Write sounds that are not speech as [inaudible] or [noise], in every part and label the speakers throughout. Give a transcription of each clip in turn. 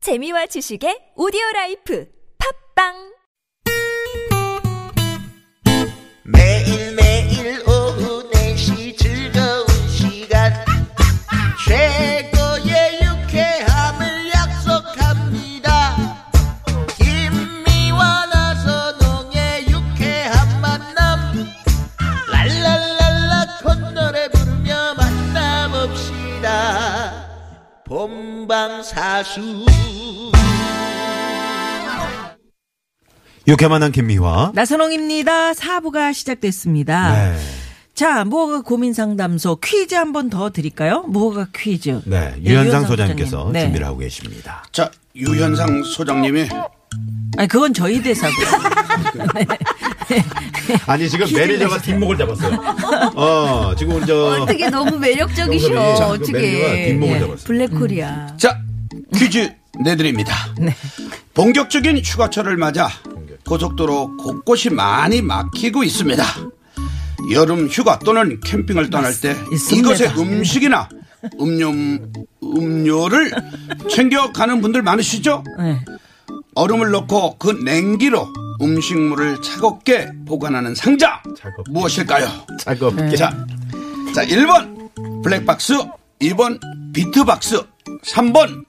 Speaker 1: 재미와 지식의 오디오 라이프 팝빵
Speaker 2: 매일매일 오후 4시 즐거운 시간 최고의 유쾌함을 약속합니다 김미와 나선홍의 유쾌한 만남 랄랄랄라 콧노래 부르며 만나봅시다 본방사수
Speaker 3: 유쾌만한 김미화.
Speaker 4: 나선홍입니다. 사부가 시작됐습니다.
Speaker 3: 네.
Speaker 4: 자, 무허가 고민 상담소 퀴즈 한 번 더 드릴까요? 무허가 퀴즈.
Speaker 3: 네.
Speaker 4: 네,
Speaker 3: 유현상 소장님께서
Speaker 4: 네.
Speaker 3: 준비를 하고 계십니다.
Speaker 5: 자 유현상 소장님이
Speaker 4: 아니, 그건
Speaker 3: [laughs]
Speaker 4: 저희 대사고요.
Speaker 3: 아니, 지금 매니저가 뒷목을 잡았어요. 어, 지금 저.
Speaker 6: 어떻게 너무 매력적이셔.
Speaker 3: 자, 그 매니저가
Speaker 6: 어떻게.
Speaker 3: 뒷목을
Speaker 4: 예.
Speaker 3: 잡았어요. 음.
Speaker 6: 블랙코리아.
Speaker 5: 자 퀴즈 내드립니다.
Speaker 4: 네.
Speaker 5: 본격적인 휴가철을 맞아 고속도로 곳곳이 많이 막히고 있습니다. 여름 휴가 또는 캠핑을 떠날 때
Speaker 4: 있습니다. 네.
Speaker 5: 이곳의 음식이나 음료 음료를 챙겨 가는 분들 많으시죠?
Speaker 4: 네.
Speaker 5: 얼음을 넣고 그 냉기로 음식물을 차갑게 보관하는 상자
Speaker 3: 차갑게.
Speaker 5: 무엇일까요?
Speaker 3: 작업.
Speaker 5: 예, 자, 자, 1번 블랙박스, 2번 비트박스, 3번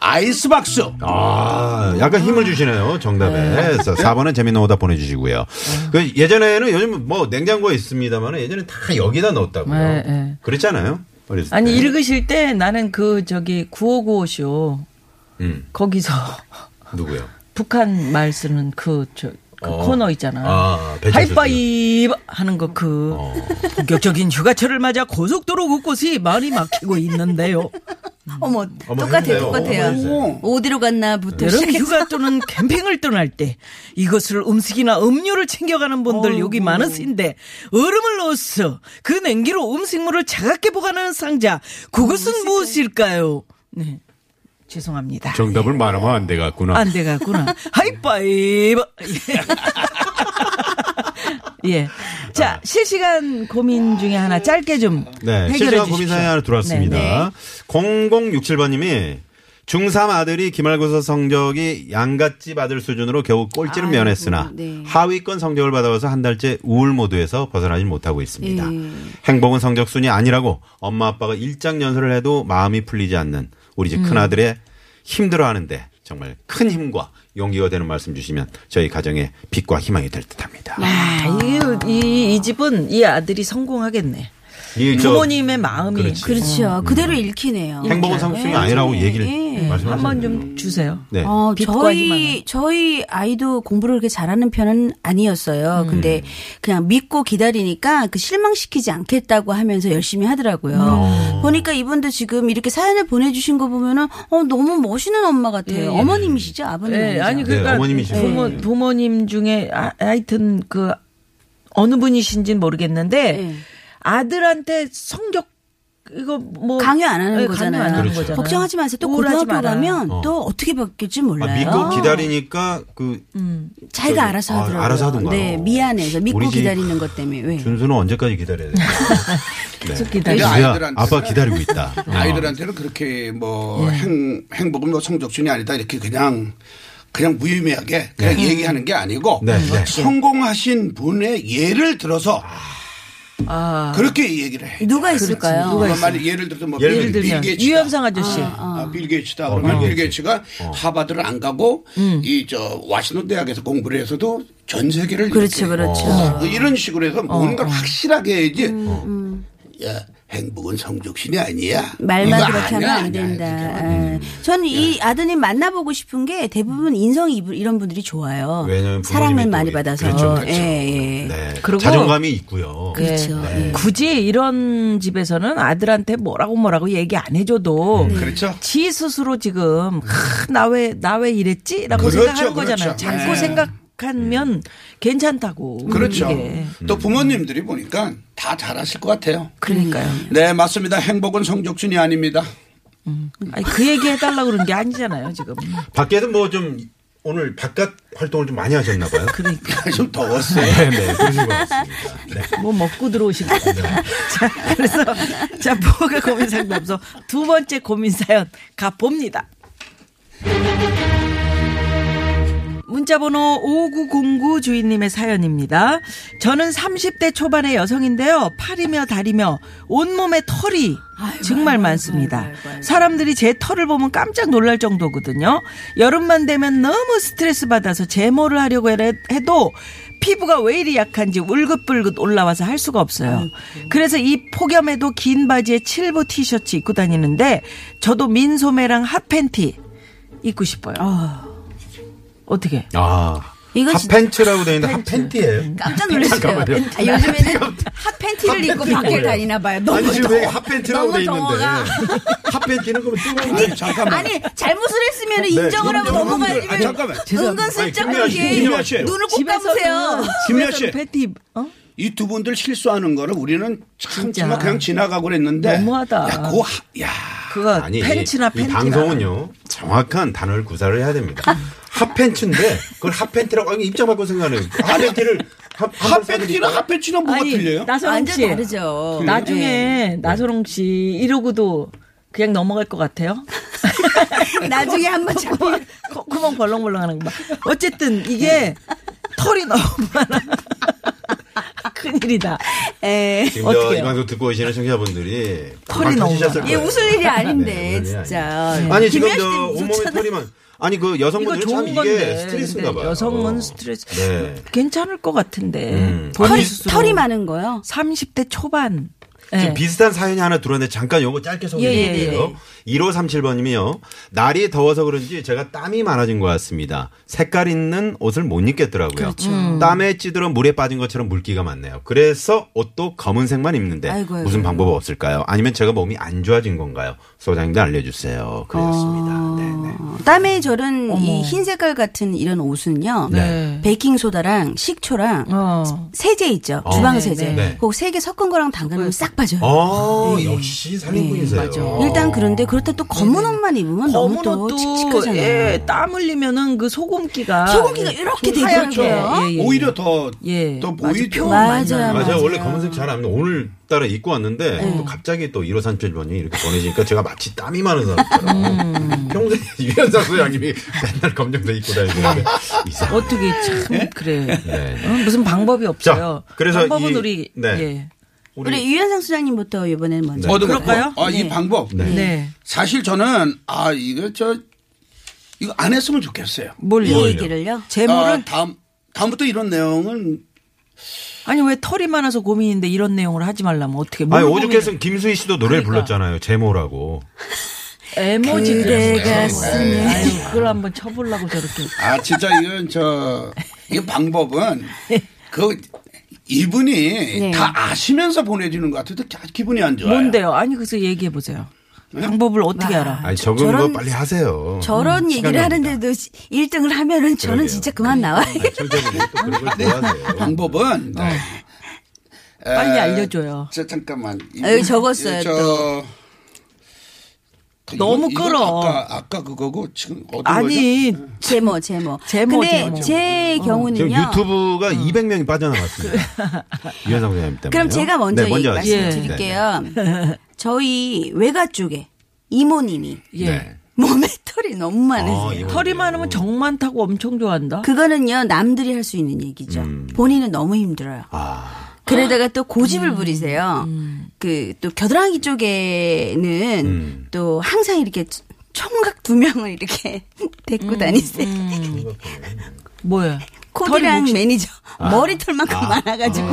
Speaker 5: 아이스박스.
Speaker 3: 아, 약간 힘을 주시네요. 정답에. 그래서 4번은 재밌는 오답 보내주시고요. 그 예전에는 요즘 뭐 냉장고에 있습니다만 예전에 다 여기다 넣었다고요.
Speaker 4: 네, 네.
Speaker 3: 그랬잖아요. 어렸을
Speaker 4: 아니,
Speaker 3: 때.
Speaker 4: 읽으실 때 나는 그, 저기, 9595쇼.
Speaker 3: 음.
Speaker 4: 거기서 [laughs]
Speaker 3: 누구요?
Speaker 4: 북한 말 쓰는 그, 저, 그
Speaker 3: 어.
Speaker 4: 코너 있잖아.
Speaker 3: 아, 어. 배철수
Speaker 4: 하이파이브 하는 거 그, 본격적인 휴가철을 맞아 고속도로 곳곳이 많이 막히고 있는데요.
Speaker 6: 어머,
Speaker 3: 어머,
Speaker 6: 똑같아요,
Speaker 3: 했네요. 어머,
Speaker 6: 똑같아요.
Speaker 3: 했어요.
Speaker 6: 어디로 갔나부터
Speaker 4: 여름
Speaker 6: 시작해서
Speaker 4: 휴가 또는 캠핑을 떠날 때 이것을 음식이나 음료를 챙겨가는 분들 여기 많으신데 얼음을 넣어서 그 냉기로 음식물을 차갑게 보관하는 상자 그것은 무엇일까요? 네 죄송합니다.
Speaker 3: 정답을 말하면 안 돼갔구나.
Speaker 4: 안 돼가구나. 하이파이브. [laughs] 예. 예. 자, 실시간 고민 중에 하나 짧게 좀
Speaker 3: 아. 네,
Speaker 4: 해결해
Speaker 3: 실시간
Speaker 4: 주십시오.
Speaker 3: 고민 사연이 하나 들어왔습니다.
Speaker 4: 네, 네.
Speaker 3: 0067번님이 중3 아들이 기말고사 성적이 양갓집 아들 수준으로 겨우 꼴찌는
Speaker 6: 아이고,
Speaker 3: 면했으나
Speaker 6: 네.
Speaker 3: 하위권 성적을 받아와서 한 달째 우울 모드에서 벗어나지 못하고 있습니다.
Speaker 4: 네.
Speaker 6: 예.
Speaker 3: 행복은 성적순이 아니라고 엄마 아빠가 일장연설을 해도 마음이 풀리지 않는 우리
Speaker 4: 음.
Speaker 3: 집 큰아들의 힘들어하는데 정말 큰 힘과 용기가 되는 말씀 주시면 저희 가정의 빛과 희망이 될 듯합니다.
Speaker 4: 아, 이, 이, 이 집은 이 아들이 성공하겠네.
Speaker 3: 이 저-
Speaker 4: 부모님의 마음이
Speaker 3: 그렇지.
Speaker 6: 그렇죠. 그대로 읽히네요.
Speaker 3: 행복은 성적순이 아니라고 얘기를 말씀하셨는데
Speaker 4: 네, 한번 좀 주세요.
Speaker 3: 네.
Speaker 6: 어,
Speaker 4: 빛과 희망은.
Speaker 6: 저희, 저희 아이도 공부를 그렇게 잘하는 편은 아니었어요.
Speaker 3: 음.
Speaker 6: 근데 그냥 믿고 기다리니까 그 실망시키지 않겠다고 하면서 열심히
Speaker 3: 음.
Speaker 6: 하더라고요.
Speaker 3: 어.
Speaker 6: 보니까 이분도 지금 이렇게 사연을 보내주신 거 보면은, 어, 너무 멋있는 엄마 같아요.
Speaker 3: 예.
Speaker 6: 어머님이시죠? 아버님.
Speaker 4: 네,
Speaker 6: 아니죠?
Speaker 4: 아니 그러니까
Speaker 3: 네, 어머님이시죠.
Speaker 4: 부모, 부모님 중에 아, 하여튼 그 어느 분이신지는 모르겠는데
Speaker 6: 네.
Speaker 4: 아들한테 성격 이거 뭐
Speaker 6: 강요 안 하는
Speaker 4: 네,
Speaker 6: 거잖아요.
Speaker 4: 강요 안 하는
Speaker 3: 그렇죠.
Speaker 4: 거잖아요.
Speaker 6: 걱정하지 마세요. 또
Speaker 4: 우울하지
Speaker 6: 고등학교
Speaker 4: 말아요.
Speaker 6: 가면
Speaker 3: 어.
Speaker 6: 또 어떻게 바뀔지
Speaker 3: 아,
Speaker 6: 몰라요.
Speaker 3: 믿고 기다리니까 그
Speaker 6: 자기가
Speaker 3: 저기,
Speaker 6: 알아서
Speaker 3: 아,
Speaker 6: 하더라고요.
Speaker 3: 알아서 하던가요?
Speaker 6: 네, 미안해서 믿고
Speaker 3: 우리 집
Speaker 6: 기다리는 것 때문에. 왜?
Speaker 3: 준수는 언제까지 기다려야 돼?
Speaker 4: 계속
Speaker 5: 근데
Speaker 6: 네.
Speaker 4: 기다려.
Speaker 3: 준수야,
Speaker 5: 아이들한테는-
Speaker 3: 아빠 기다리고 있다. 어.
Speaker 5: [laughs] 아이들한테는 그렇게 뭐 행, 행복은 뭐 성적순이 아니다 이렇게 그냥 그냥 무의미하게 그냥 얘기하는 게 아니고
Speaker 3: 네, 네.
Speaker 5: 성공하신 분의 예를 들어서 그렇게 얘기를 해.
Speaker 6: 누가 있을까요?
Speaker 5: 누가 만약 예를 들어서 뭐
Speaker 3: 예를
Speaker 4: 예를 들면
Speaker 5: 빌 게이츠다.
Speaker 4: 유현상 아저씨.
Speaker 5: 아, 빌 게이츠다. 그러면 빌 게이츠가 어. 하버드를 안 가고
Speaker 6: 음.
Speaker 5: 이 저 와시는 대학에서 공부를 해서도 전 세계를
Speaker 6: 그렇죠, 어,
Speaker 5: 이렇게
Speaker 6: 그렇죠.
Speaker 3: 어.
Speaker 5: 뭐 이런 식으로 해서 뭔가를 확실하게 해야지.
Speaker 6: 음,
Speaker 5: 야, 행복은 성적신이 아니야.
Speaker 6: 말만
Speaker 5: 이거
Speaker 6: 그렇게 하면
Speaker 5: 아니야,
Speaker 6: 안
Speaker 5: 아니야,
Speaker 6: 된다.
Speaker 5: 이렇게.
Speaker 3: 음.
Speaker 6: 예. 저는 이 아드님 만나보고 싶은 게 대부분 인성이 이분- 이런 분들이 좋아요.
Speaker 3: 왜냐면 부모님이
Speaker 6: 사랑을
Speaker 3: 또
Speaker 6: 많이
Speaker 3: 이-
Speaker 6: 받아서.
Speaker 3: 그렇죠, 그렇죠.
Speaker 6: 예, 예.
Speaker 3: 네.
Speaker 4: 그리고-
Speaker 3: 자존감이 있고요.
Speaker 6: 그렇죠.
Speaker 5: 네.
Speaker 6: 예.
Speaker 4: 네. 굳이 이런 집에서는 아들한테 뭐라고 뭐라고 얘기 안 해줘도
Speaker 5: 그렇죠.
Speaker 4: 지 스스로 지금 나 왜 나 왜 이랬지라고
Speaker 5: 네. 그렇죠,
Speaker 4: 생각하는 거잖아요.
Speaker 5: 그렇죠.
Speaker 4: 자꾸
Speaker 5: 네.
Speaker 4: 생각하면 괜찮다고.
Speaker 6: 음,
Speaker 5: 그렇죠.
Speaker 4: 이게.
Speaker 5: 또 부모님들이 보니까 다 잘하실 것 같아요.
Speaker 4: 그러니까요.
Speaker 5: 네, 맞습니다. 행복은 성적순이 아닙니다.
Speaker 4: 아니, 그 얘기 해달라 그러는 게 아니잖아요 지금.
Speaker 3: 밖에도 뭐 좀 오늘 바깥 활동을 좀 많이 하셨나 봐요.
Speaker 4: 그러니까
Speaker 5: [laughs] 좀 더웠어요.
Speaker 3: 네, 네, 그러신 것 같습니다.
Speaker 4: 뭐 먹고 들어오신 거.
Speaker 5: 네.
Speaker 4: [laughs] 자 그래서 자 뭐가 고민 상담소 두 번째 고민 사연 가 봅니다. 문자번호 5909 주인님의 사연입니다. 저는 30대 초반의 여성인데요. 팔이며 다리며 온몸에 털이 정말 많습니다. 사람들이 제 털을 보면 깜짝 놀랄 정도거든요. 여름만 되면 너무 스트레스 받아서 제모를 하려고 해라- 해도 피부가 왜 이리 약한지 울긋불긋 올라와서 할 수가 없어요. 그래서 이 폭염에도 긴 바지에 칠보 티셔츠 입고 다니는데 저도 민소매랑 핫팬티 입고 싶어요. 어떻게?
Speaker 3: 아.
Speaker 6: 이거 진짜- 아,
Speaker 3: 핫팬츠라고 되어 있는데 핫팬티예요.
Speaker 6: 깜짝
Speaker 3: 네.
Speaker 6: 놀랐어요.
Speaker 3: 잠깐만요. 네.
Speaker 6: 아, 요즘에는 핫팬티를 입고
Speaker 3: 핫팬티가
Speaker 6: 밖에
Speaker 3: 뭐예요?
Speaker 6: 다니나 봐요. 너무
Speaker 3: 아니 지금
Speaker 6: 더워.
Speaker 3: 왜 핫팬티라고
Speaker 6: 너무
Speaker 3: 돼 있는데
Speaker 6: 더워가.
Speaker 3: 핫팬티는 그러면 뜨거운
Speaker 5: 아니, 잠깐만.
Speaker 6: 아니 잘못을 했으면
Speaker 3: 네,
Speaker 6: 인정을 하고
Speaker 5: 여러분들,
Speaker 6: 넘어가야지.
Speaker 5: 아니, 잠깐만.
Speaker 6: 은근슬쩍
Speaker 3: 아니, 김미아 씨, 김미아 씨.
Speaker 6: 그렇게 눈을 꼭 감으세요.
Speaker 5: 김미아 씨.
Speaker 4: 팬티 입- 어?
Speaker 5: 이 두 분들 실수하는 거를 우리는 참
Speaker 4: 진짜.
Speaker 5: 정말 그냥 지나가고 그랬는데.
Speaker 4: 너무하다.
Speaker 5: 야, 그 하- 야.
Speaker 4: 그거
Speaker 3: 아니
Speaker 4: 어, 팬츠나
Speaker 3: 이
Speaker 4: 팬티나
Speaker 3: 방송은요 정확한 단어를 구사를 해야 됩니다. 핫팬츠인데 그걸 핫팬티라고 하면 입장 바꿔 생각하는 핫팬티를 핫-
Speaker 5: 핫팬티나 핫팬티나 뭐가 틀려요?
Speaker 4: 나선홍
Speaker 6: 완전
Speaker 4: 씨
Speaker 6: 다르죠.
Speaker 3: 그
Speaker 4: 나중에
Speaker 6: 네.
Speaker 4: 나선홍 씨 이러고도 그냥 넘어갈 것 같아요. [laughs]
Speaker 6: 나중에 한번 잡고
Speaker 4: 코- 구멍 벌렁벌렁하는 거 봐. 어쨌든
Speaker 3: 예.
Speaker 4: 이게 털이 너무 많아. [laughs] 큰일이다.
Speaker 3: 어,
Speaker 6: 에.
Speaker 3: 지금 저
Speaker 4: 어떡해요?
Speaker 3: 이 방송 듣고 계시는 청취자분들이
Speaker 4: 털이
Speaker 3: 막
Speaker 4: 너무
Speaker 3: 터지셨을
Speaker 4: 많아.
Speaker 6: 얘
Speaker 3: 거예요.
Speaker 6: 웃을 일이 아닌데
Speaker 3: 네, 웃을 일이
Speaker 6: 진짜.
Speaker 3: 아니 지금
Speaker 6: 김미아
Speaker 3: 저
Speaker 6: 씨도
Speaker 3: 온몸에
Speaker 6: 웃었잖아요.
Speaker 3: 털이만 아니 그
Speaker 4: 이거
Speaker 3: 여성분들은 참
Speaker 4: 좋은
Speaker 3: 이게
Speaker 4: 건데
Speaker 3: 스트레스인가
Speaker 4: 근데
Speaker 3: 봐요.
Speaker 4: 여성은
Speaker 3: 어.
Speaker 4: 스트레스
Speaker 3: 네.
Speaker 4: 괜찮을 것 같은데
Speaker 3: 음.
Speaker 4: 본인
Speaker 6: 털이,
Speaker 4: 스스로
Speaker 6: 털이 많은 거요.
Speaker 4: 30대 초반 예.
Speaker 3: 지금 비슷한 사연이 하나 들어왔는데 잠깐 요거 짧게 소개해
Speaker 4: 예, 예,
Speaker 3: 드릴게요. 1537번님이요. 날이 더워서 그런지 제가 땀이 많아진 것 같습니다. 색깔 있는 옷을 못 입겠더라고요.
Speaker 6: 그렇죠.
Speaker 3: 음. 땀에 찌들어 물에 빠진 것처럼 물기가 많네요. 그래서 옷도 검은색만 입는데
Speaker 6: 아이고, 아이고.
Speaker 3: 무슨 방법 없을까요? 아니면 제가 몸이 안 좋아진 건가요? 소장님도 알려주세요. 그러셨습니다.
Speaker 4: 아.
Speaker 6: 아.
Speaker 3: 네네.
Speaker 6: 땀에 절은 이 흰 색깔 같은 이런 옷은요.
Speaker 3: 네.
Speaker 6: 베이킹 소다랑 식초랑
Speaker 4: 어.
Speaker 6: 세제 있죠.
Speaker 3: 어.
Speaker 6: 주방 세제.
Speaker 3: 네, 네.
Speaker 6: 그거 세개 섞은 거랑
Speaker 4: 그러니까.
Speaker 6: 담그면 싹 빠져요.
Speaker 3: 어,
Speaker 6: 예,
Speaker 3: 역시 살인꾼이세요.
Speaker 6: 음, 일단 그런데 그렇다 또 검은 옷만 입으면 너무
Speaker 4: 네, 검은
Speaker 6: 또
Speaker 4: 옷도
Speaker 6: 칙칙하잖아요.
Speaker 4: 예, 땀 흘리면은 그 소금기가 예,
Speaker 6: 소금기가 이렇게 돼
Speaker 4: 하얗죠.
Speaker 6: 있더라고요.
Speaker 4: 예, 예, 예.
Speaker 5: 오히려 더,
Speaker 4: 예.
Speaker 5: 더
Speaker 4: 맞아,
Speaker 5: 보이죠. 네.
Speaker 4: 표-
Speaker 6: 맞아요. 네.
Speaker 3: 아, 제가
Speaker 6: 맞아요.
Speaker 3: 원래 검은색 잘 안, 오늘 따라 입고 왔는데, 또 갑자기 또 1537번이 이렇게 보내시니까 제가 마치 땀이 많은
Speaker 6: 음.
Speaker 3: 사람처럼. 평소에 [laughs] 유현상 소장님이 맨날 검정색 입고
Speaker 6: [laughs]
Speaker 3: 다니는데, 이상
Speaker 4: 어떻게
Speaker 6: 예.
Speaker 4: 참
Speaker 5: 예?
Speaker 4: 그래
Speaker 3: 네.
Speaker 4: 어, 무슨 방법이 없어요.
Speaker 3: 자, 그래서
Speaker 4: 방법은
Speaker 3: 이-
Speaker 4: 우리
Speaker 3: 네.
Speaker 4: 예.
Speaker 6: 우리 유현상 수장님부터 이번에는 먼저.
Speaker 3: 네.
Speaker 5: 어떤 거?
Speaker 4: 그럴까요?
Speaker 5: 아, 이
Speaker 4: 네.
Speaker 5: 방법.
Speaker 3: 네.
Speaker 4: 네.
Speaker 5: 사실 저는, 아, 이거 저, 이거 안 했으면 좋겠어요.
Speaker 4: 뭘요?
Speaker 6: 이 얘기를요.
Speaker 4: 제모를
Speaker 5: 아, 다음, 다음부터 이런 내용은
Speaker 4: 아니 왜 털이 많아서 고민인데 이런 내용을 하지 말라면 어떻게? 뭘
Speaker 3: 아니,
Speaker 4: 고민을-
Speaker 3: 오죽했으면 김수희 씨도 노래를
Speaker 4: 그러니까.
Speaker 3: 불렀잖아요. 제모라고.
Speaker 4: 에모지
Speaker 6: 그대가 음,
Speaker 3: 네.
Speaker 6: 쓰는-
Speaker 4: 아유, 그걸 한번 쳐보려고 저렇게.
Speaker 5: 아 진짜 이건 저 이 방법은
Speaker 4: 네.
Speaker 5: 그 이분이 다 아시면서 보내주는 것 같아도 기- 기분이 안 좋아요.
Speaker 4: 뭔데요? 아니 그래서 얘기해 보세요. 방법을 어떻게 알아?
Speaker 3: 아니, 적은 거
Speaker 6: 저런-
Speaker 3: 빨리 하세요.
Speaker 6: 저런 얘기를
Speaker 3: 음, 시간이
Speaker 6: 하는데도 1등을 하면은 저는
Speaker 3: 그러게요. 음.
Speaker 6: 진짜 그만 나와요.
Speaker 3: 아니, 청자분이 또 그런
Speaker 6: 네.
Speaker 3: 걸 좋아하세요.
Speaker 5: [laughs]
Speaker 3: 네.
Speaker 5: 방법은 네. 에,
Speaker 3: 아.
Speaker 4: 빨리 알려줘요.
Speaker 5: 저 잠깐만.
Speaker 6: 여기 적었어요,
Speaker 5: 저, 아,
Speaker 4: 너무
Speaker 5: 이거-
Speaker 4: 끌어.
Speaker 5: 이거 아까, 아까 그거고 지금 어디
Speaker 4: 아니
Speaker 6: 제모, 제모.
Speaker 4: 제모,
Speaker 6: 근데
Speaker 4: 제모. 어.
Speaker 6: 제
Speaker 3: 지금
Speaker 6: 경우는요.
Speaker 3: 유튜브가 200명이
Speaker 6: [laughs]
Speaker 3: 빠져나갔습니다. 유현상 소장님 때문에.
Speaker 6: 어. 그럼 제가 먼저
Speaker 3: 네,
Speaker 6: 이
Speaker 3: 먼저 네, 하세요.
Speaker 6: 말씀을 드릴게요. [laughs] 저희 외가 쪽에 이모님이
Speaker 3: 네,
Speaker 4: 예.
Speaker 3: 네.
Speaker 6: 몸에 [laughs] 털이 너무 많으세요.
Speaker 3: 아,
Speaker 5: 예.
Speaker 3: 이거
Speaker 4: 털이
Speaker 3: 어때요?
Speaker 4: 많으면 정 많다고 엄청 좋아한다.
Speaker 6: 그거는요 남들이 할 수 있는 얘기죠.
Speaker 3: 음.
Speaker 6: 본인은 너무 힘들어요.
Speaker 3: 아,
Speaker 6: 그러다가 또
Speaker 4: 음.
Speaker 6: 고집을 부리세요. 그 또 겨드랑이 쪽에는
Speaker 3: 음.
Speaker 6: 또 항상 이렇게 총각 두 명을 이렇게 [laughs] 데리고
Speaker 4: 음,
Speaker 6: 다니세요. 어,
Speaker 4: 뭐야?
Speaker 6: 코디랑
Speaker 4: 털이 목-
Speaker 6: 매니저 머리털만큼 많아가지고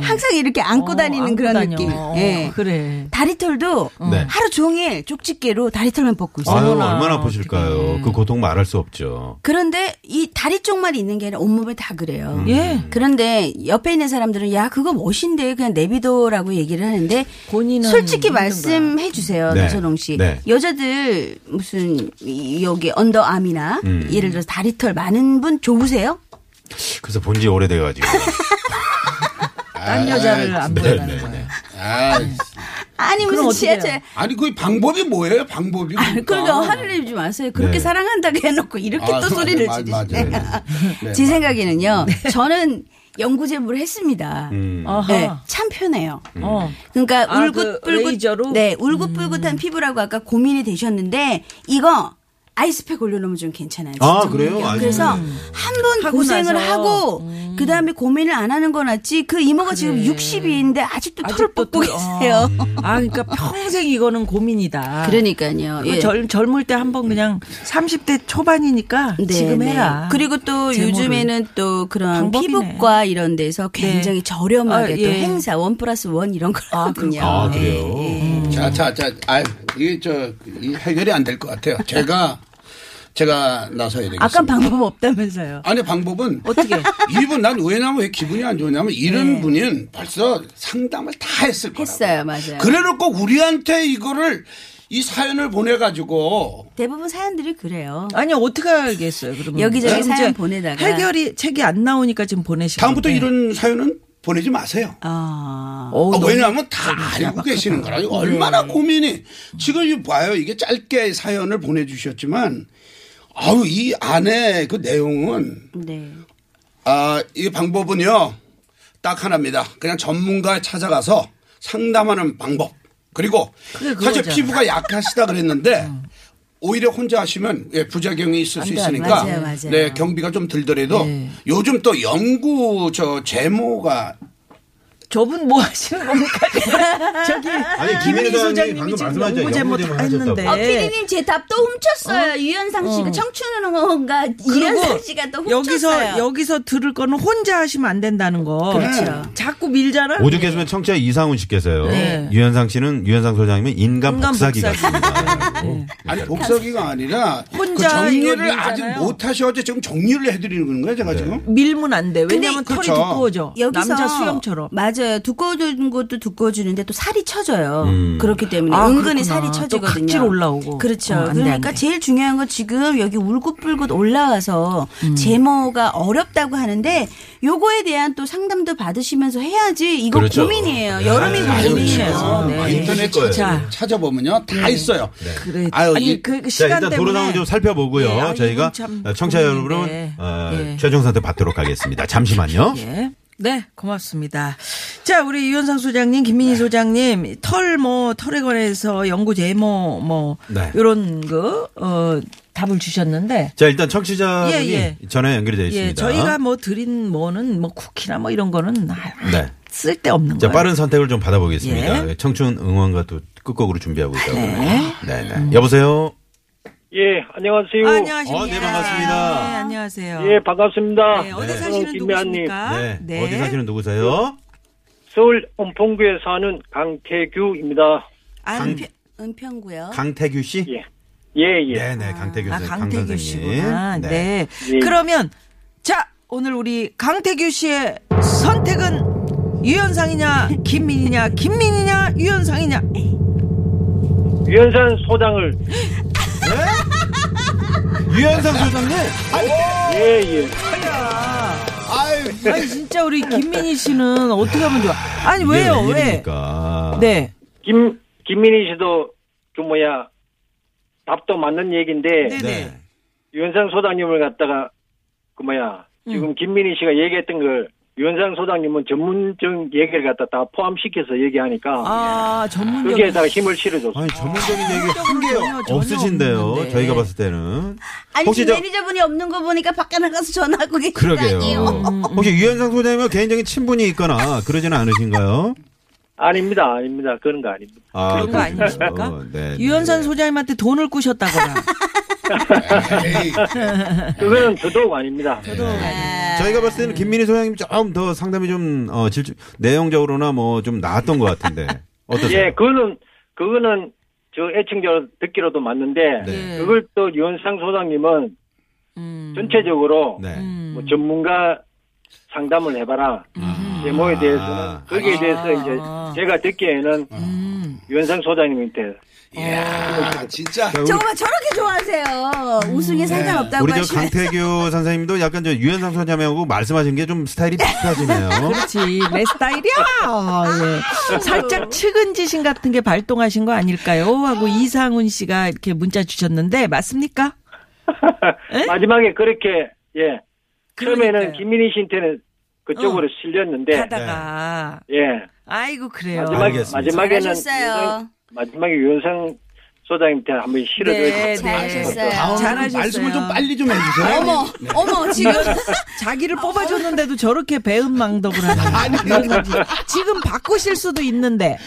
Speaker 6: 항상 이렇게 안고
Speaker 4: 어,
Speaker 6: 다니는
Speaker 4: 안고
Speaker 6: 그런
Speaker 4: 다녀.
Speaker 6: 느낌.
Speaker 4: 어,
Speaker 6: 예.
Speaker 4: 그래. 어.
Speaker 6: 다리털도
Speaker 3: 네.
Speaker 6: 하루 종일 쪽집게로 다리털만 뽑고 있어요.
Speaker 3: 아유,
Speaker 4: 어머나,
Speaker 3: 얼마나 아프실까요? 그 고통 말할 수 없죠.
Speaker 6: 그런데 이 다리 쪽만 있는 게 아니라 온몸에 다
Speaker 3: 음.
Speaker 6: 그래요.
Speaker 5: 음.
Speaker 4: 예.
Speaker 6: 그런데 옆에 있는 사람들은 야 그거 멋인데 그냥 내비둬라고 얘기를 하는데
Speaker 4: 본인은
Speaker 6: 솔직히
Speaker 4: 힘든
Speaker 6: 말씀해 주세요
Speaker 3: 네.
Speaker 6: 나선홍 씨
Speaker 3: 네.
Speaker 6: 여자들 무슨 이- 여기 언더암이나
Speaker 3: 음.
Speaker 6: 예를 들어 서 다리털 많은 분 좋으세요?
Speaker 3: 그래서 본 지
Speaker 4: [laughs]
Speaker 3: 오래돼가지고.
Speaker 4: 딴 여자를 안
Speaker 3: 네,
Speaker 4: 보여다는
Speaker 3: 네,
Speaker 4: 거야.
Speaker 5: 아,
Speaker 6: 아니
Speaker 4: 그럼
Speaker 6: 무슨
Speaker 4: 어떻게
Speaker 6: 지하철
Speaker 5: 아니 그 방법이 뭐예요? 방법이
Speaker 6: 아, 그러니까 화를 내지 마세요. 그렇게
Speaker 3: 네.
Speaker 6: 사랑한다고 해놓고 이렇게
Speaker 5: 아,
Speaker 6: 또 소리를
Speaker 5: 맞-
Speaker 6: 지르시
Speaker 5: 맞아요.
Speaker 6: 네
Speaker 5: 네,
Speaker 6: 제 생각에는요. 저는 연구 제보를 했습니다.
Speaker 3: 음.
Speaker 4: 아하.
Speaker 6: 네, 참 편해요.
Speaker 5: 음.
Speaker 4: 어.
Speaker 6: 그러니까
Speaker 4: 아, 그
Speaker 6: 울긋불긋
Speaker 4: 레이저로?
Speaker 6: 네 울긋불긋한 피부라고 아까 고민이 되셨는데 이거 아이스팩 올려놓으면 좀 괜찮아요.
Speaker 3: 아,
Speaker 6: 진짜.
Speaker 3: 그래요? 아이스팩.
Speaker 6: 그래서 한 번
Speaker 7: 하고
Speaker 6: 고생을
Speaker 7: 나서.
Speaker 6: 하고 그 다음에 고민을 안 하는 건 낫지. 그 이모가 지금 60인데 아직도 털을
Speaker 4: 아직도
Speaker 6: 뽑고
Speaker 4: 털- 어.
Speaker 6: 계세요.
Speaker 4: 아, 그러니까 평생 이거는 고민이다.
Speaker 6: 그러니까요. 예.
Speaker 4: 그 젊, 젊을 때 한번 그냥 30대 초반이니까
Speaker 6: 네,
Speaker 4: 지금
Speaker 6: 네.
Speaker 4: 해라.
Speaker 6: 그리고 또
Speaker 4: 제모를.
Speaker 6: 요즘에는 또 그런
Speaker 4: 방법이네.
Speaker 6: 피부과 이런 데서 굉장히
Speaker 4: 네.
Speaker 6: 저렴하게
Speaker 4: 아,
Speaker 6: 또
Speaker 4: 예.
Speaker 6: 행사 원 플러스 원 이런 걸 하거든요. 네, 예.
Speaker 3: 아, 그래요?
Speaker 4: 음.
Speaker 5: 자, 자, 자, 아유, 이게 저, 이 해결이 안 될 것 같아요. 제가, 제가 나서야 되겠습니다.
Speaker 4: 아까 방법 없다면서요.
Speaker 5: 아니, 방법은.
Speaker 4: 어떻게?
Speaker 5: 이분, 난 왜냐면 왜 기분이 안 좋냐면 이런 분은 벌써 상담을 다 했을 거라고.
Speaker 6: 했어요, 맞아요.
Speaker 5: 그래 놓고 우리한테 이거를 이 사연을 보내가지고
Speaker 6: 대부분 사연들이 그래요.
Speaker 4: 아니 어떻게 알겠어요? 그러면
Speaker 6: 여기저기
Speaker 4: 지금
Speaker 6: 사연
Speaker 4: 이제
Speaker 6: 보내다가.
Speaker 4: 해결이 책이 안 나오니까 지금 보내시고
Speaker 5: 다음부터 이런 사연은 보내지 마세요.
Speaker 6: 아,
Speaker 4: 네. 어,
Speaker 5: 아,
Speaker 4: 너무
Speaker 5: 왜냐하면 다 알고 계시는 거라 얼마나 고민이 지금 이 봐요 이게 짧게 사연을 보내주셨지만 아우 이 안에 그 내용은
Speaker 6: 네.
Speaker 5: 아, 이 방법은요. 딱 하나입니다. 그냥 전문가에 찾아가서 상담하는 방법. 그리고 사실 피부가 약하시다 그랬는데 오히려 혼자 하시면 예, 부작용이 있을 수 있으니까
Speaker 6: 맞아요, 맞아요.
Speaker 5: 네, 경비가 좀 들더라도 요즘 또 연구 저 제모가
Speaker 4: 저분 뭐 하시는
Speaker 6: [laughs]
Speaker 4: 겁니까? 저기
Speaker 3: 아니, 김인우
Speaker 4: 김인희
Speaker 3: 소장님이
Speaker 4: 소장님이
Speaker 3: 방금
Speaker 4: 지금
Speaker 3: 말씀하셨죠.
Speaker 4: 너무 제모
Speaker 3: 연구
Speaker 4: 다
Speaker 3: 제모
Speaker 4: 했는데
Speaker 3: 하셨다고.
Speaker 6: 어, 피디님 제 답도 훔쳤어요. 유현상 씨가 청춘은가
Speaker 4: 그리고
Speaker 6: 이현상 씨가 또 훔쳤어요.
Speaker 4: 여기서 여기서 들을 거는 혼자 하시면 안 된다는 거.
Speaker 5: 그렇죠.
Speaker 4: 자꾸 밀잖아.
Speaker 3: 오죽했으면 청취자 이상훈 씨께서요.
Speaker 4: 네.
Speaker 3: 유현상 씨는 유현상 소장님은 인간, 네.
Speaker 4: 인간
Speaker 3: 복사기
Speaker 4: 복사기. 네.
Speaker 3: 같습니다.
Speaker 5: 아니 복사기가 아니라 그
Speaker 4: 혼자 이거
Speaker 5: 정리를
Speaker 4: 밀잖아요.
Speaker 5: 아직 못 하셔서 지금 정리를 해드리는 거예요 제가 지금
Speaker 4: 밀면 안 돼. 왜냐면
Speaker 5: 근데
Speaker 4: 털이
Speaker 5: 그렇죠.
Speaker 4: 두꺼워져.
Speaker 6: 여기서
Speaker 4: 남자 수염처럼.
Speaker 6: 맞아요. 두꺼워지는 것도 두꺼워지는데 또 살이 쳐져요.
Speaker 3: 음.
Speaker 6: 그렇기 때문에
Speaker 4: 아,
Speaker 6: 은근히
Speaker 4: 그렇구나.
Speaker 6: 살이
Speaker 4: 또
Speaker 6: 쳐지거든요.
Speaker 4: 각질 올라오고.
Speaker 6: 그렇죠.
Speaker 4: 어, 안 돼, 안
Speaker 6: 그러니까
Speaker 4: 돼.
Speaker 6: 제일 중요한 건 지금 여기 울긋불긋 올라와서
Speaker 4: 음.
Speaker 6: 제모가 어렵다고 하는데 요거에 대한 또 상담도 받으시면서 해야지 이거
Speaker 3: 그렇죠.
Speaker 6: 고민이에요. 여름이
Speaker 3: 아유,
Speaker 6: 고민이에요.
Speaker 3: 진짜.
Speaker 6: 네.
Speaker 3: 많이 힘드실
Speaker 5: 인터넷
Speaker 3: 거예요.
Speaker 5: 찾아- 찾아보면요 다 있어요.
Speaker 4: 그래.
Speaker 5: 아유,
Speaker 4: 아니
Speaker 5: 이-
Speaker 4: 그
Speaker 3: 자,
Speaker 4: 시간
Speaker 3: 일단
Speaker 4: 때문에
Speaker 3: 도로상황 좀 살펴보고요.
Speaker 4: 예, 아,
Speaker 3: 저희가
Speaker 4: 이건 참
Speaker 3: 청취자
Speaker 4: 고민인데.
Speaker 3: 여러분은 어,
Speaker 4: 예.
Speaker 3: 최종 선택 받도록 하겠습니다. 잠시만요.
Speaker 4: 예. 네, 고맙습니다. 자, 우리 유현상 소장님,
Speaker 3: 네.
Speaker 4: 김민희 소장님, 털 뭐, 털에 관해서 연구 제모 뭐,
Speaker 3: 네.
Speaker 4: 요런 그, 어, 답을 주셨는데.
Speaker 3: 자, 일단 청취자분이
Speaker 4: 예, 예.
Speaker 3: 전화 연결이 되어 있습니다.
Speaker 4: 예, 저희가 뭐 드린 뭐는 뭐 쿠키나 뭐 이런 거는 아,
Speaker 3: 네.
Speaker 4: 쓸데없는
Speaker 3: 자,
Speaker 4: 거예요.
Speaker 3: 빠른 선택을 좀 받아보겠습니다.
Speaker 4: 뭐 예.
Speaker 3: 청춘 응원가 또 끝곡으로 준비하고 있다고. 네. 네, 네. 여보세요?
Speaker 8: 예, 안녕하세요.
Speaker 4: 아, 안녕하십니까.
Speaker 3: 어, 네, 반갑습니다.
Speaker 4: 네, 안녕하세요.
Speaker 8: 예, 반갑습니다.
Speaker 4: 네, 어디
Speaker 8: 저는
Speaker 4: 사시는
Speaker 8: 김미아님,
Speaker 4: 누구십니까?
Speaker 3: 네. 어디 사시는 누구세요?
Speaker 8: 서울 온봉구에 사는 강태규입니다.
Speaker 4: 안,
Speaker 6: 은평구요.
Speaker 3: 강태규 씨?
Speaker 8: 예, 예, 예.
Speaker 3: 네, 네. 강태규
Speaker 4: 어? 아,
Speaker 3: 씨.
Speaker 4: 강태규 씨구나. 네.
Speaker 8: 예.
Speaker 4: 그러면 자 오늘 우리 강태규 씨의 선택은 유현상이냐 김민이냐 김민이냐 유현상이냐
Speaker 8: 유현산 소장을
Speaker 3: 유현상 소장님?
Speaker 8: 예, 예.
Speaker 4: 아니 진짜 우리 김민희 씨는 어떻게 하면 좋아 아니
Speaker 3: 이게
Speaker 4: 왜요
Speaker 3: 웬
Speaker 4: 왜
Speaker 3: 예, 일입니까?
Speaker 4: 네.
Speaker 8: 김 김민희 씨도 좀 뭐야 답도 맞는 얘기인데
Speaker 4: 네네.
Speaker 3: 네.
Speaker 8: 유현상 소장님을 갖다가 그 뭐야
Speaker 4: 음.
Speaker 8: 지금 김민희 씨가 얘기했던 걸 유현상 소장님은 전문적 얘기를 갖다 다 포함시켜서 얘기하니까
Speaker 4: 아 전문적인
Speaker 8: 거기에다가 힘을 실어줬어.
Speaker 3: 아니, 전문적인 얘기 한 개
Speaker 4: 전혀, 전혀
Speaker 3: 없으신데요.
Speaker 4: 없는데.
Speaker 3: 저희가 봤을 때는.
Speaker 6: 아니
Speaker 3: 혹시
Speaker 6: 지금
Speaker 3: 저,
Speaker 6: 매니저분이 없는 거 보니까 밖에 나가서 전화하고 계신
Speaker 3: 그러게요.
Speaker 6: 거 아니에요?
Speaker 3: 혹시 유현상 소장님과 개인적인 친분이 있거나 그러지는 않으신가요?
Speaker 8: 아닙니다, 아닙니다. 그런 거 아닙니다.
Speaker 3: 아,
Speaker 4: 그런 거
Speaker 3: 그러시군요.
Speaker 4: 아니십니까?
Speaker 3: 네, 네.
Speaker 4: 유현상 소장님한테 돈을 꾸셨다거나
Speaker 5: 에이,
Speaker 8: 그거는
Speaker 4: 네.
Speaker 8: 더더욱 아닙니다.
Speaker 3: 저희가 봤을 때는 김민희 소장님 조금 더 상담이 좀 어, 질주 내용적으로나 뭐 좀 나았던 것 같은데
Speaker 8: [laughs]
Speaker 3: 어떠세요?
Speaker 8: 예, 그거는 그거는 저 애청자 듣기로도 맞는데
Speaker 4: 예.
Speaker 3: 네.
Speaker 8: 그걸 또 유현상 소장님은
Speaker 4: 음.
Speaker 8: 전체적으로
Speaker 3: 네.
Speaker 8: 뭐 전문가 상담을 해봐라
Speaker 4: 음.
Speaker 8: 제모에
Speaker 3: 아.
Speaker 8: 대해서는 거기에
Speaker 4: 아.
Speaker 8: 대해서 이제 제가 듣기에는
Speaker 4: 음.
Speaker 8: 유현상 소장님한테
Speaker 5: 이야, 진짜. 네.
Speaker 3: 자, 우리,
Speaker 6: 정말 저렇게 좋아하세요. 우승에 상관없다고
Speaker 3: 우리 저
Speaker 6: 하시면
Speaker 3: 강태규 선생님도 약간 저 유현상 소장님하고 말씀하신 게 좀 스타일이 비슷하시네요.
Speaker 4: 그렇지 내 스타일이야 어, 예. 살짝 측은지심 같은 게 발동하신 거 아닐까요 하고 이상훈 씨가 이렇게 문자 주셨는데 맞습니까?
Speaker 8: 마지막에 그렇게 예
Speaker 4: 그러니까요. 어.
Speaker 8: 처음에는 김민희 씨한테는 그쪽으로 실렸는데
Speaker 4: 하다가
Speaker 8: 예
Speaker 4: 아이고 그래요.
Speaker 8: 마지막
Speaker 3: 알겠습니다.
Speaker 8: 마지막에는
Speaker 6: 잘하셨어요.
Speaker 8: 유현상- 마지막에 유현상 소장님한테 한번 실어드리겠습니다.
Speaker 4: 네,
Speaker 6: 잘하셨어요.
Speaker 5: 다음
Speaker 4: 잘하셨어요.
Speaker 5: 말씀을 좀 빨리 좀 해주세요.
Speaker 6: 어머, 어머, 지금.
Speaker 4: 네. 자기를 뽑아줬는데도 저렇게 배은망덕을 하는 건지 지금 바꾸실 수도 있는데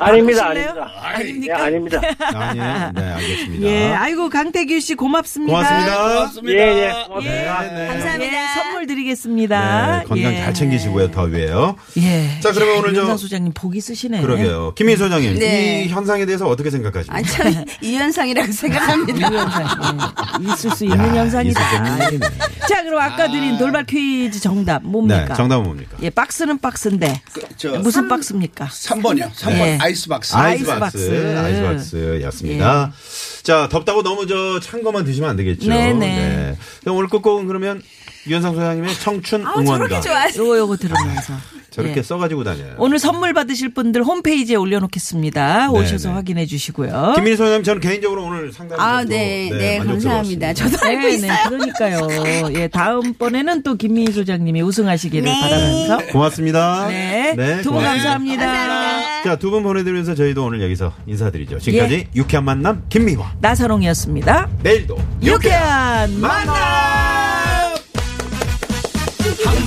Speaker 8: 아닙니다,
Speaker 4: 바꾸실래요?
Speaker 8: 아닙니다.
Speaker 4: 아닙니까?
Speaker 8: 예, 아닙니다.
Speaker 3: 아니에요. 네, 알겠습니다.
Speaker 4: 예 아이고 강태규 씨 고맙습니다
Speaker 3: 고맙습니다.
Speaker 8: 예, 예. 고맙습니다.
Speaker 6: 감사합니다.
Speaker 4: 예, 선물
Speaker 3: 네,
Speaker 4: 드리겠습니다
Speaker 3: 건강
Speaker 4: 예.
Speaker 3: 잘 챙기시고요, 더위에요.
Speaker 4: 예.
Speaker 3: 자, 그러면 오늘 저-
Speaker 4: 윤상 소장님 복이 쓰시네
Speaker 3: 그러게요. 김인 소장님,
Speaker 6: 네.
Speaker 3: 이 현상에 대해서 어떻게 생각하십니까?
Speaker 6: 아니, 참, 이 현상이라고 생각합니다.
Speaker 3: [laughs]
Speaker 4: 예, 있을 수
Speaker 3: 야,
Speaker 4: 있는 현상이다
Speaker 3: 이 소장님.
Speaker 4: 자 그럼 아까 드린 돌발 퀴즈 정답 뭡니까
Speaker 3: 네, 정답은 뭡니까?
Speaker 4: 예 박스는 박스인데
Speaker 5: 저
Speaker 4: 무슨 박스입니까
Speaker 5: 3번이요. 3번
Speaker 4: 네.
Speaker 5: 아이스박스.
Speaker 3: 아이스박스,
Speaker 4: 아이스박스.
Speaker 3: 아이스박스였습니다. 자, 덥다고 너무 저 찬 거만 드시면 안 되겠죠.
Speaker 4: 네네.
Speaker 3: 그럼 오늘 끝곡은 그러면 유현상 소장님의 청춘
Speaker 6: 아,
Speaker 4: 어,
Speaker 3: 응원가
Speaker 4: 요거 요거 들으면서
Speaker 3: 저렇게
Speaker 4: 예.
Speaker 3: 써가지고 다녀요.
Speaker 4: 오늘 선물 받으실 분들 홈페이지에 올려놓겠습니다.
Speaker 3: 네,
Speaker 4: 오셔서
Speaker 3: 네.
Speaker 4: 확인해 주시고요.
Speaker 3: 김민희 소장님 저는 개인적으로 오늘 상당히
Speaker 6: 아,
Speaker 3: 좀,
Speaker 6: 네, 네, 감사합니다.
Speaker 3: 만족스러웠습니다.
Speaker 6: 저도 알고
Speaker 4: 네,
Speaker 6: 있어요.
Speaker 4: 네, 그러니까요. 예, 다음번에는 또 김민희 소장님이 우승하시기를 바라면서.
Speaker 3: 고맙습니다.
Speaker 4: 네. 두 분
Speaker 3: 고맙습니다.
Speaker 4: 감사합니다.
Speaker 3: 자, 두 분 보내드리면서 저희도 오늘 여기서 인사드리죠. 지금까지 유쾌한 만남 김미화.
Speaker 4: 나선홍이었습니다.
Speaker 3: 내일도
Speaker 4: 유쾌한
Speaker 3: 만남!
Speaker 9: 한